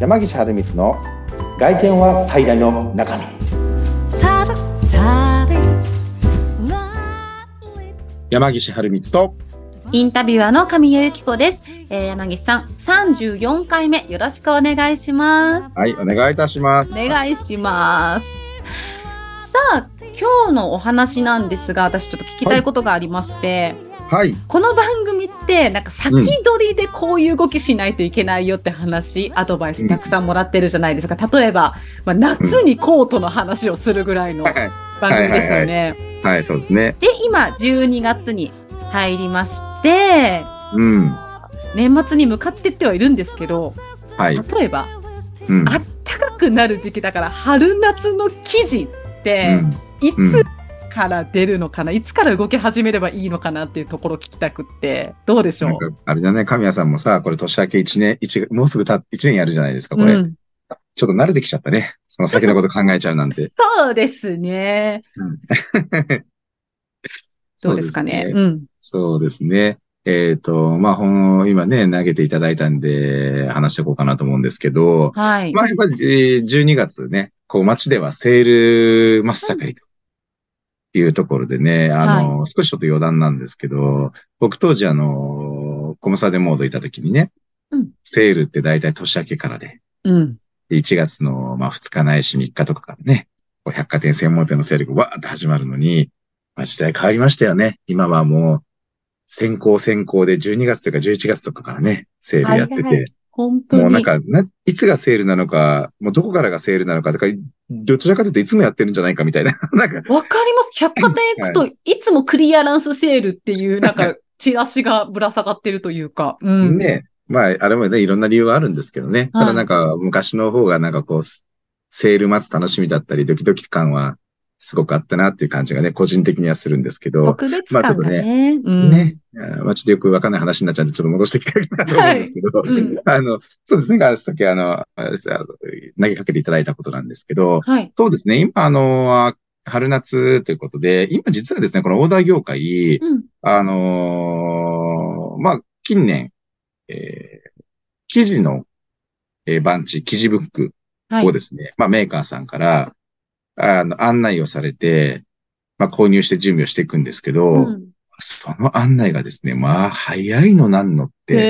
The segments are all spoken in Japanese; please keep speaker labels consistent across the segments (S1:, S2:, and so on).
S1: 山岸春光の外見は最大の中身
S2: ta da ta da
S1: 山岸春光と
S3: インタビュアーの神谷由紀子です。えー山岸さん、34回目よろしくお願いします。
S1: はいお願いいたします
S3: お願いします。さあ、今日のお話なんですが、私ちょっと聞きたいことがありまして、
S1: はい
S3: この番組って、なんか先取りでこういう動きしないといけないよって話、アドバイスたくさんもらってるじゃないですか。例えば、まあ、夏にコートの話をするぐらいの
S1: は
S3: 番組ですよね。
S1: はいはいいはいそうですね
S3: で、今、12月に入りまして、
S1: うん
S3: 年末に向かってってはいるんですけど、
S1: はい
S3: 例えば
S1: うん
S3: あったかくなる時期だから春夏の生地って
S1: うん
S3: い
S1: うん
S3: つから出るのかな、いつから動き始めればいいのかなっていうところを聞きたくってどうでしょ
S1: な
S3: うん
S1: かあれだね神谷さんもさこれ年明け一年一もうすぐた一年やるじゃないですかこれ、
S3: うん、
S1: ちょっと慣れてきちゃったねその先のこと考えちゃうなん て
S3: そうですねどうですかねうん
S1: そうですね。えっ、と、まあ、ほん、今ね、投げていただいたんで、話していこうかなと思うんですけど、
S3: はい、
S1: まあ、やっぱり、えー12月ね、こう、街ではセール真っ盛りというところでね、あの、少しちょっと余談なんですけど、僕当時、あの、コムサデモードいた時にね、
S3: うん
S1: セールって大体年明けからで、
S3: うん
S1: で1月の、まあ、2日ないし3日とかからね、こう百貨店専門店のセールがわーって始まるのに、まあ、時代変わりましたよね。今はもう、先行先行で12月とか11月とかからね、セールやってて、
S3: はいはい本当に
S1: もうなんかな、いつがセールなのか、もうどこからがセールなのかとか、どちらかというといつもやってるんじゃないかみたいな、 なんか、
S3: わかります百貨店行くといつもクリアランスセールっていうなん かチラシがぶら下がってるというか、うん、
S1: ね、まあ、あれもね、いろんな理由はあるんですけどね。
S3: はい
S1: ただなんか、昔の方がなんかこう、セール待つ楽しみだったり、ドキドキ感はすごくあったなっていう感じがね、個人的にはするんですけど、
S3: 特別感がね,、うん、
S1: ね。あーまあ、ちょっとよくわかんない話になっちゃうんで、ちょっと戻していきたいなと思うんですけど、
S3: はいうん
S1: あの、そうですね、ガラスだけあの、あれですあの投げかけていただいたことなんですけど、
S3: はい
S1: そうですね、今あの、春夏ということで、今実はですね、このオーダー業界、
S3: うん
S1: あのーまあ、近年、えー、記事の、えー、バンチ、記事ブック
S3: はい
S1: をですね、まあ、メーカーさんから、あの、案内をされて、まあ、購入して準備をしていくんですけど、
S3: うん
S1: その案内がですね、まあ、早いのなんのって、
S3: へ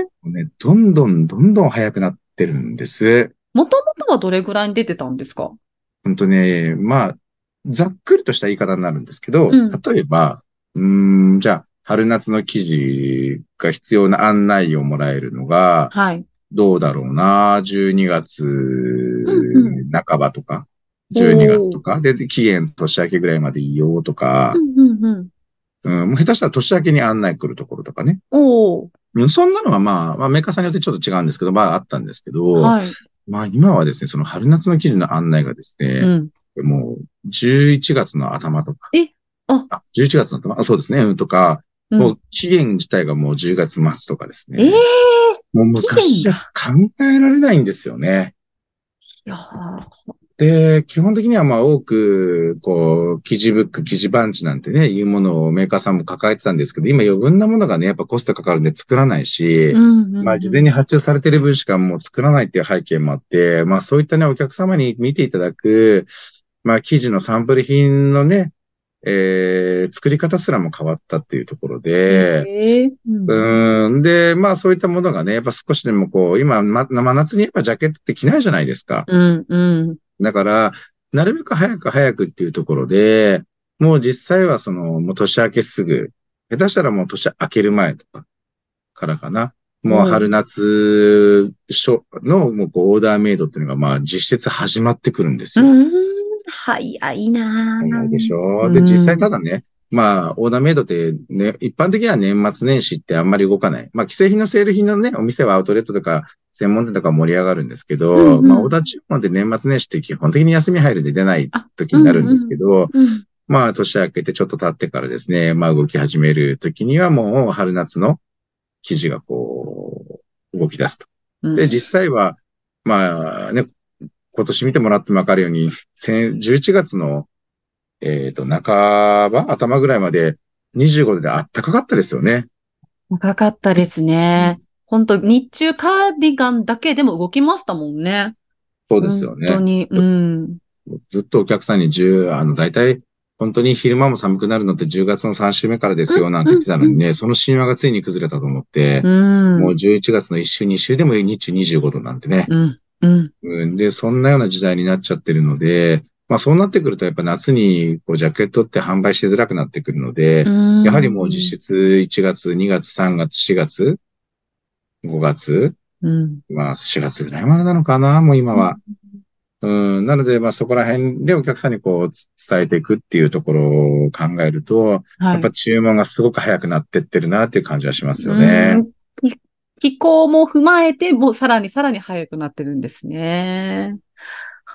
S3: え。
S1: もうね、どんどんどんどん早くなってるんです。
S3: もともとはどれぐらいに出てたんですか
S1: ほんとね、まあ、ざっくりとした言い方になるんですけど、
S3: うん
S1: 例えば、うーん、じゃあ、春夏の記事が必要な案内をもらえるのが、
S3: はい。
S1: どうだろうな、12月
S3: ん
S1: 半ばとか、12月とか、で、期限年明けぐらいまでいいよとか
S3: う、んうんうん。
S1: うん、もう下手したら年明けに案内来るところとかね。
S3: お
S1: うんそんなのはまあ、まあ、メーカーさんによってちょっと違うんですけど、まああったんですけど、
S3: お。はい。
S1: まあ今はですね、その春夏の記事の案内がです
S3: う
S1: ね、
S3: ん。
S1: もう11月の頭とか。
S3: えあ
S1: あ ?11 月の頭あそうですね、うんとか、
S3: うん
S1: もう期限自体がもう10月末とかですね。
S3: ええー。い
S1: もう昔じゃ考えられないんですよね。
S3: やー
S1: で、基本的にはまあ多く、こう、記事ブック、記事バンチなんてね、いうものをメーカーさんも抱えてたんですけど、今余分なものがね、やっぱコストかかるんで作らないし、
S3: うんうん。
S1: まあ、事前に発注されてる分しかもう作らないっていう背景もあって、まあ、そういったね、お客様に見ていただく、まあ、記事のサンプル品のね、えー、作り方すらも変わったっていうところで、
S3: えーうん
S1: うーん、で、まあ、そういったものがね、やっぱ少しでもこう、今、ま、真夏にやっぱジャケットって着ないじゃないですか。
S3: うんうん。
S1: だから、なるべく早く早くっていうところで、もう実際はその、もう年明けすぐ、下手したらもう年明ける前とかからかな。もう春夏初のもうこうオーダーメイドっていうのがまあ実質始まってくるんですよ。
S3: うん。早いな
S1: ない
S3: ー
S1: でしょ
S3: うん
S1: で、実際ただね、まあ、オーダーメイドってね、一般的には年末年始ってあんまり動かない。まあ、既製品のセール品のね、お店はアウトレットとか、専門店とか盛り上がるんですけど、
S3: うんうん
S1: まあ、オーダー注文で年末年始って基本的に休み入るんで出ない時になるんですけど、
S3: うん。
S1: まあ、年明けてちょっと経ってからですね、まあ、動き始める時にはもう春夏の記事がこう、動き出すと。
S3: うん
S1: で、実際は、まあね、今年見てもらってもわかるように、先11月の、えっ、と、半ば、頭ぐらいまで25度であったかかったですよね。
S3: 長かったですね。本当日中カーディガンだけでも動きましたもんね。
S1: そうですよ
S3: 本
S1: ね。
S3: 当に。うん。
S1: ずっとお客さんに10、あの、大体、本当に昼間も寒くなるのって10月の3週目からですよ、なんて言ってたのにね、その神話がついに崩れたと思って
S3: う、ん。
S1: もう11月の1週、2週でも日中25度なんてね。
S3: うん。うん。
S1: うん、で、そんなような時代になっちゃってるので、まあそうなってくるとやっぱ夏にこうジャケットって販売しづらくなってくるので、
S3: うん。
S1: やはりもう実質1月、2月、3月、4月、5月、
S3: うん。
S1: まあ4月ぐらいまでなのかな、もう今は。うん、なのでまあそこら辺でお客さんにこうつ伝えていくっていうところを考えると、
S3: は
S1: や
S3: い
S1: っぱ注文がすごく早くなってってるなっていう感じはしますよ
S3: う
S1: ね。
S3: んき気候も踏まえて、もうさらにさらに早くなってるんですね。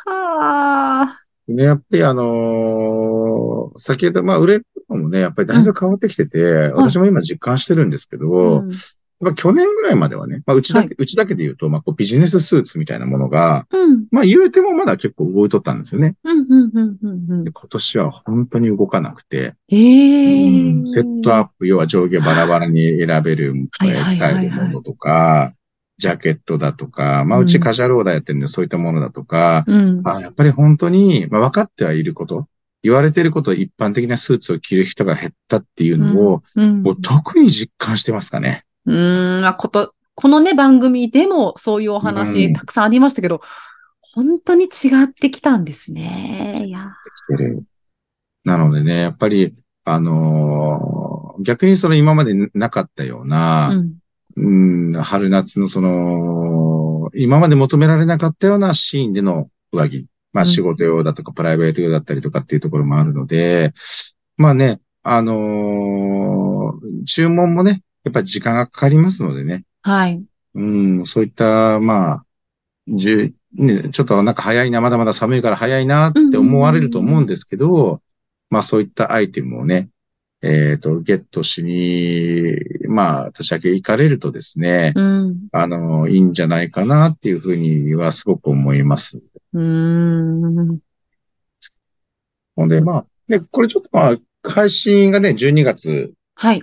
S3: はあ。
S1: ね、やっぱりあのー先ほど、まあ、売れるのもね、やっぱりだいぶ変わってきてて、私も今実感してるんですけど、
S3: うん
S1: まあ、去年ぐらいまではね、まあ、うちだけ、
S3: は
S1: うちだけで言うと、まあ、こうビジネススーツみたいなものが、
S3: うん。
S1: まあ、言うてもまだ結構動いとったんですよね。
S3: うん。うん。うんうん。う
S1: で
S3: ん。
S1: 今年は本当に動かなくて、
S3: ええ
S1: うんセットアップ、要は上下バラバラに選べる、え
S3: はいはいはい
S1: ー
S3: はい
S1: 使えるものとか、ジャケットだとか、まあ、う
S3: う
S1: ち
S3: ん
S1: カジャローダーやってるんで、そういったものだとか、
S3: うん。
S1: あやっぱり本当に、まあ、分かってはいること、言われていること、一般的なスーツを着る人が減ったっていうのを、
S3: うん。
S1: もう特に実感してますかね。
S3: うーん、まあ、こと、このね、番組でもそういうお
S1: う
S3: 話
S1: ん
S3: たくさんありましたけど、本当に違ってきたんですね。いや。
S1: 来てるなのでね、やっぱり、あのー逆にその今までなかったよう
S3: う
S1: な、
S3: ん。
S1: うん、春夏のその、今まで求められなかったようなシーンでの上着。まあ
S3: うん
S1: 仕事用だとかプライベート用だったりとかっていうところもあるので、まあね、あのー注文もね、やっぱり時間がかかりますのでね。
S3: はい。
S1: うん、そういった、まあ、じゅ、ね、ちょっとなんか早いな、まだまだ寒いから早いなって思われると思うんですけど、まあそういったアイテムをね、えっと、ゲットしに、まあ、年明け行かれるとですね、
S3: うん。
S1: あの、いいんじゃないかなっていうふうにはすごく思います。
S3: うーん。
S1: ほんで、まあ、で、これちょっとまあ、配信がね、12月
S3: はい。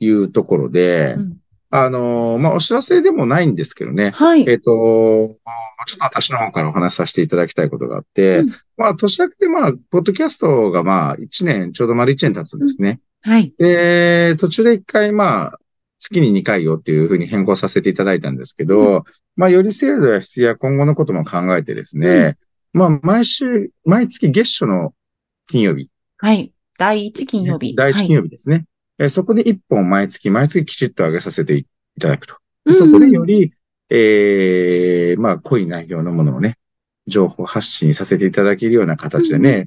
S1: いうところで
S3: う、ん
S1: あの、まあ、お知らせでもないんですけどね、
S3: はい。
S1: えっ、と、ちょっと私の方からお話しさせていただきたいことがあって、
S3: うん
S1: まあ、年明けで、まあ、ポッドキャストが、まあ、1年、ちょうど丸1年経つんですね。
S3: はい。
S1: で、途中で1回、まあ、月に2回よっていうふうに変更させていただいたんですけど、まあ、より制度や質や今後のことも考えてですね、まあ、毎週、毎月月初の金曜日、
S3: はい。第一金曜日。
S1: 第1金
S3: 曜
S1: 曜日ですね。えーそこで1本毎月、毎月きちっと上げさせていただくと。
S3: 日
S1: そこでよ、り、ええまあ、濃い内容のものをね、情報発信させていただけるような形でね、えー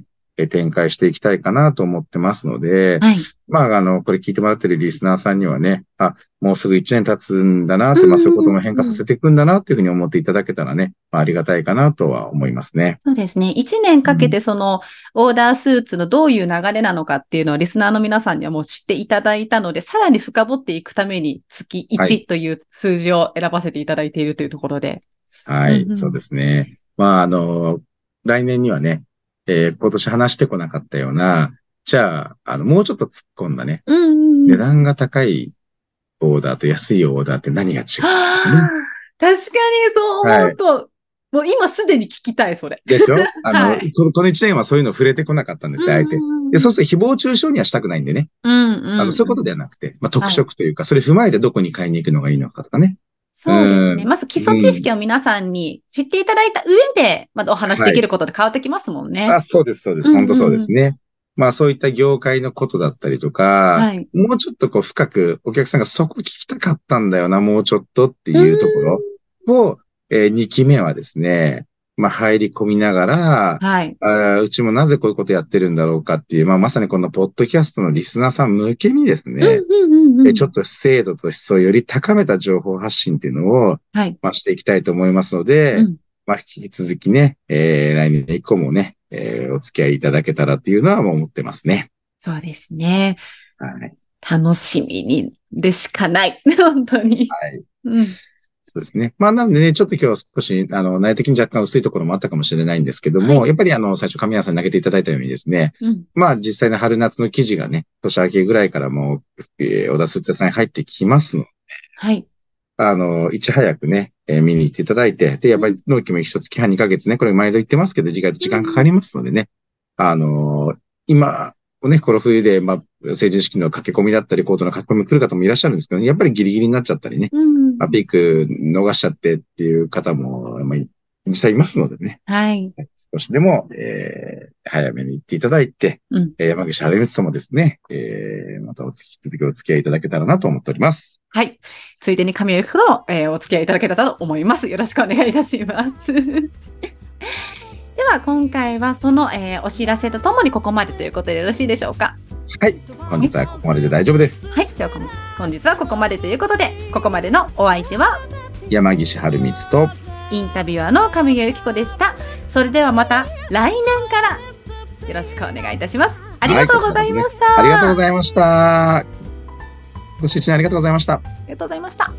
S1: 展開していきたいかなと思ってますので、
S3: はい。
S1: まあ、あの、これ聞いてもらってるリスナーさんにはね、あ、もうすぐ1年経つんだなって、まあ、そういうことも変化させていくんだなっていうふうに思っていただけたらね、まあ、ありがたいかなとは思いますね。
S3: そうですね。一年かけてそのオーダースーツのどういう流れなのかっていうのをリスナーの皆さんにはもう知っていただいたので、さらに深掘っていくために月
S1: はい
S3: 1という数字を選ばせていただいているというところで。
S1: はい、
S3: うんうん
S1: そうですね。まあ、あの、来年にはね、えー今年話してこなかったような、じゃあ、あの、もうちょっと突っ込んだね、
S3: うんうんう
S1: 値
S3: ん。
S1: 段が高いオーダーと安いオーダーって何が違う
S3: はあ確かにそう思うと、もう今すでに聞きたい、それ。
S1: でしょあの、
S3: はい
S1: このこの1年はそういうの触れてこなかったんですよ、あえて。で、そうすると誹謗中傷にはしたくないんでね。
S3: うんうん、
S1: あの、そういうことではなくて、まあ、特色というか、それ踏まえてどこに買いに行くのがいいのかとかね。
S3: そうですね。
S1: うん
S3: まず基礎知識を皆さんに知っていただいた上で、まだお話できることで変わってきますもんね。
S1: あ、そうです、そうで
S3: う
S1: す。
S3: んうん
S1: 本当そうですね。まあ、そういった業界のことだったりとか、
S3: はい。
S1: もうちょっとこう深くお客さんがそこ聞きたかったんだよな、もうちょっとっていうところを、え2期目はですね、まあ、入り込みながら、
S3: はい。
S1: あーうちもなぜこういうことやってるんだろうかっていう、まあ、まさにこのポッドキャストのリスナーさん向けにですね、
S3: うんうんうんう
S1: え
S3: ん
S1: ちょっと精度と質をより高めた情報発信っていうのを、
S3: はい
S1: まあ、していきたいと思いますので、
S3: うん
S1: まあ、引き続きね、えー来年以降もね、えーお付き合いいただけたらっていうのはもう思ってますね。
S3: そうですね。
S1: はい。
S3: 楽しみにでしかない。 本当に。
S1: はい。
S3: うん。
S1: そうですね。まあ、なのでね、ちょっと今日は少し、あの、内的に若干薄いところもあったかもしれないんですけども、
S3: はい
S1: やっぱりあの、最初、神谷さんに投げていただいたようにですね、
S3: うん。
S1: まあ実際の春夏の記事がね、年明けぐらいからもう、えー、小田スーツ屋さんに入ってきますの。
S3: はい。
S1: あの、いち早くね、えー見に行っていただいて、で、やっぱり納期も一月半2ヶ月ね、これ毎度言ってますけど、時間時間かかりますのでね、あのー今、ね、この冬で、まあ、成人式の駆け込みだったり、コートの駆け込み来る方もいらっしゃるんですけど、やっぱりギリギリになっちゃったりね、
S3: うん
S1: まあ、ピーク逃しちゃってっていう方も、まあ、い実際いますのでね、
S3: はい。
S1: 少しでも、えー早めに行っていただいて、
S3: うん
S1: えー山口晴光さんもですね、えーまたお付き続きお付き合いいただけたらなと思っております。
S3: はい。ついでに神を行くのを、えーお付き合いいただけたらと思います。よろしくお願いいたします。 では、今回はその、えーお知らせとともにここまでということでよろしいでしょうか。
S1: はい、本日はここまでで大丈夫です。
S3: はい。じゃあ、こん本日はここまでということで、ここまでのお相手は、
S1: 山岸春光と、
S3: インタビュアーの神谷由紀子でした。それではまた来年からよろしくお願いいたします。ありがとうございました。
S1: ありがとうございました。ご視聴ありがとうございました。
S3: ありがとうございました。